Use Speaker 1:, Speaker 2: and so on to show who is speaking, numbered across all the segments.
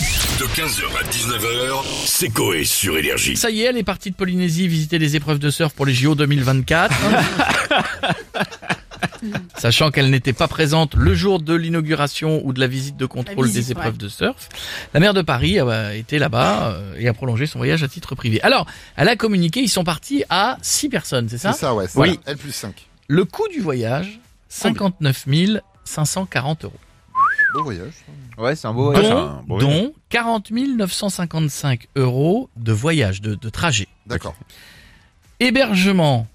Speaker 1: De 15h à 19h, c'est Coé sur Énergie.
Speaker 2: Ça y est, elle est partie de Polynésie visiter les épreuves de surf pour les JO 2024. Sachant qu'elle n'était pas présente le jour de l'inauguration ou de la visite de contrôle
Speaker 3: visite,
Speaker 2: des épreuves de surf, la maire de Paris a été là-bas euh, et a prolongé son voyage à titre privé. Alors, elle a communiqué, ils sont partis à 6 personnes, c'est ça,
Speaker 3: Hein
Speaker 4: C'est ça, ouais. c'est
Speaker 2: Oui.
Speaker 4: ça. L plus 5.
Speaker 2: Le coût du voyage, 59 540 euros.
Speaker 4: Beau voyage.
Speaker 5: Ouais, c'est un beau
Speaker 2: dont,
Speaker 5: voyage.
Speaker 2: dont 40 955 euros de voyage, de, de trajet.
Speaker 4: D'accord.
Speaker 2: Hébergement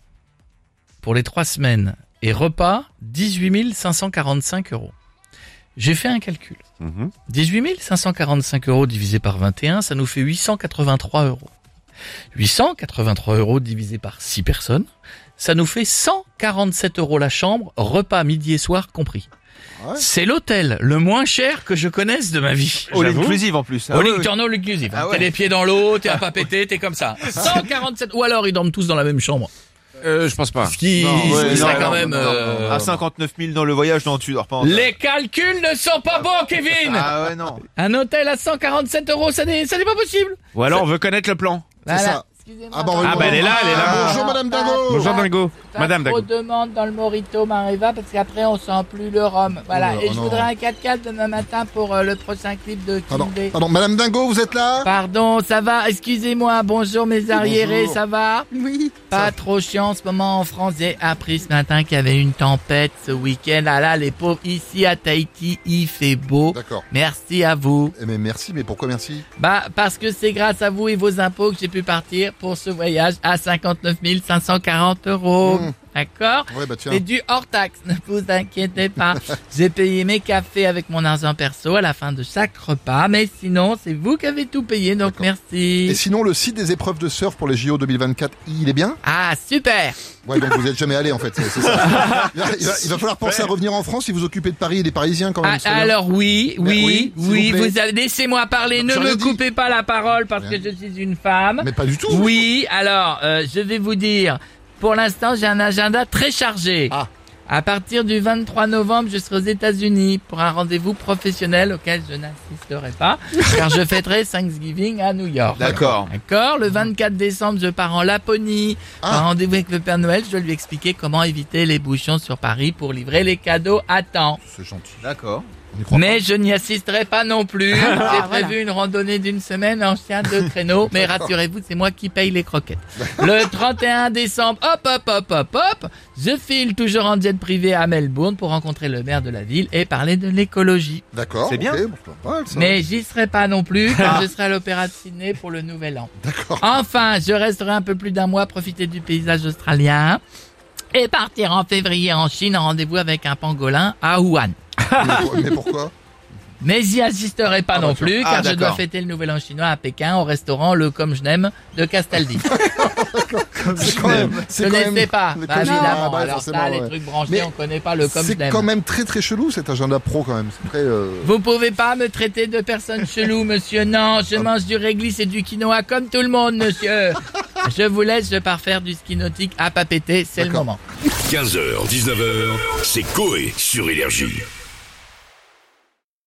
Speaker 2: pour les trois semaines et repas, 18 545 euros. J'ai fait un calcul. 18 545 euros divisé par 21, ça nous fait 883 euros. 883 euros divisé par 6 personnes, ça nous fait 147 euros la chambre, repas midi et soir compris.
Speaker 4: Ouais.
Speaker 2: C'est l'hôtel le moins cher que je connaisse de ma vie.
Speaker 5: All inclusive en plus. Ah
Speaker 2: All
Speaker 5: oui,
Speaker 2: in-
Speaker 5: oui.
Speaker 2: t'es en all inclusive. hein.
Speaker 5: Ah ouais. Ah
Speaker 2: T'es les pieds dans l'eau, t'es à pas péter, t'es comme ça. 147. Ou alors ils dorment tous dans la même chambre.
Speaker 6: Euh, je pense pas.
Speaker 2: Ce qui
Speaker 5: Non,
Speaker 2: ce
Speaker 5: ouais,
Speaker 2: qui
Speaker 5: non,
Speaker 2: serait
Speaker 5: non,
Speaker 2: quand
Speaker 5: non,
Speaker 2: même.
Speaker 5: non,
Speaker 2: euh,
Speaker 5: À 59 000 dans le voyage, non, tu dors pas en
Speaker 2: Les calculs ne sont pas bons, Kevin.
Speaker 5: Ah ouais, non.
Speaker 2: Un hôtel à 147 euros, ça n'est, ça n'est pas possible.
Speaker 6: Ou alors on veut connaître le plan.
Speaker 4: C'est ça.
Speaker 3: Excusez-moi.
Speaker 4: Ah, bah, on
Speaker 6: Ah,
Speaker 4: lui
Speaker 6: bah, elle est là, elle est là.
Speaker 4: demande- Bonjour, madame Dano.
Speaker 6: Bonjour Dingo.
Speaker 3: Pas
Speaker 6: Madame
Speaker 3: trop
Speaker 6: Dago.
Speaker 3: de demandes dans le Morito Mareva parce qu'après on sent plus le rhum. Voilà.
Speaker 4: Oh là,
Speaker 3: Et
Speaker 4: oh
Speaker 3: je
Speaker 4: non.
Speaker 3: voudrais un 4x4 demain matin pour euh, le prochain clip de
Speaker 4: Pardon,
Speaker 3: Kindé.
Speaker 4: pardon, madame Dingo, vous êtes là
Speaker 3: Pardon, ça va Excusez-moi, bonjour mes arriérés,
Speaker 4: Bonjour.
Speaker 3: ça va Oui. Pas trop chiant en ce moment en France. J'ai appris ce matin qu'il y avait une tempête ce week-end. Ah là, les pauvres, ici à Tahiti, il fait beau.
Speaker 4: D'accord.
Speaker 3: Merci à vous.
Speaker 4: Eh, Mais merci, mais pourquoi merci
Speaker 3: Bah, parce que c'est grâce à vous et vos impôts que j'ai pu partir pour ce voyage à 59 540 euros.
Speaker 4: Mmh.
Speaker 3: D'accord
Speaker 4: Ouais, bah tiens.
Speaker 3: C'est dû hors taxe, ne vous inquiétez pas. J'ai payé mes cafés avec mon argent perso à la fin de chaque repas, mais sinon, c'est vous qui avez tout payé, donc
Speaker 4: D'accord. Et
Speaker 3: merci.
Speaker 4: sinon, le site des épreuves de surf pour les JO 2024, il est bien
Speaker 3: Ah, super
Speaker 4: Ouais, donc vous y êtes jamais allé en fait, c'est c'est ça. Il va, il va- il va falloir penser à revenir en France si vous occupez de Paris et des Parisiens quand même.
Speaker 3: Ah,
Speaker 4: c'est bien.
Speaker 3: Alors oui,
Speaker 4: Mais
Speaker 3: oui,
Speaker 4: Ben oui, s'il vous
Speaker 3: oui,
Speaker 4: plaît.
Speaker 3: vous avez... Laissez-moi parler, ne
Speaker 4: J'en ai
Speaker 3: me
Speaker 4: dit.
Speaker 3: coupez pas la parole parce que
Speaker 4: Rien.
Speaker 3: je suis une femme.
Speaker 4: Mais pas du tout.
Speaker 3: Oui, alors, euh, je vais vous dire, pour l'instant, j'ai un agenda très chargé.
Speaker 4: Ah.
Speaker 3: À partir du 23 novembre, je serai aux États-Unis pour un rendez-vous professionnel auquel je n'assisterai pas, car je fêterai Thanksgiving à New York.
Speaker 5: D'accord.
Speaker 3: D'accord Le 24 décembre, je pars en Laponie.
Speaker 4: Ah.
Speaker 3: Un rendez-vous avec le Père Noël, je dois lui expliquer comment éviter les bouchons sur Paris pour livrer les cadeaux à temps.
Speaker 4: C'est gentil.
Speaker 5: D'accord.
Speaker 4: On y croit
Speaker 3: Mais je n'y assisterai pas non plus.
Speaker 4: Ah,
Speaker 3: J'ai prévu une randonnée d'une semaine en chien de traîneau. Mais rassurez-vous, c'est moi qui paye les croquettes. Le 31 décembre, hop, hop, hop, hop, hop, je file toujours en jet privé à Melbourne pour rencontrer le maire de la ville et parler de l'écologie.
Speaker 4: pas. D'accord.
Speaker 5: C'est bien.
Speaker 4: ok, bon, c'est pas mal, ça. Ah.
Speaker 3: Mais j'y serai pas non plus car je serai à l'Opéra de Sydney pour le Nouvel An. Enfin, je resterai un peu plus d'un mois profiter du paysage australien et partir en février en Chine en rendez-vous avec un pangolin à Wuhan.
Speaker 4: Mais, pour- mais pourquoi
Speaker 3: Mais j'y assisterai pas non plus,
Speaker 5: Ah,
Speaker 3: car je dois
Speaker 5: d'accord.
Speaker 3: fêter le Nouvel An chinois à Pékin au restaurant Le Comme Je n'aime de Castaldi.
Speaker 4: C'est quand même.
Speaker 3: je
Speaker 4: C'est
Speaker 3: ne
Speaker 4: quand
Speaker 3: sais
Speaker 4: même.
Speaker 3: pas.
Speaker 4: le
Speaker 3: Bah,
Speaker 4: Comme Je
Speaker 3: évidemment.
Speaker 4: n'aime, bah,
Speaker 3: Alors
Speaker 4: forcément,
Speaker 3: ça, les
Speaker 4: ouais.
Speaker 3: trucs branchés,
Speaker 4: Mais
Speaker 3: on connaît pas Le Comme Je
Speaker 4: C'est quand
Speaker 3: n'aime.
Speaker 4: même très très chelou cet agenda pro quand même. C'est très. euh,
Speaker 3: Vous pouvez pas me traiter de personne chelou, monsieur. Non,
Speaker 4: Ah.
Speaker 3: je mange du réglisse et du quinoa comme tout le monde, monsieur. Je vous laisse, je pars faire du ski nautique à papéter, c'est le
Speaker 4: D'accord.
Speaker 3: moment.
Speaker 1: 15h, 19h, c'est Coé sur Énergie.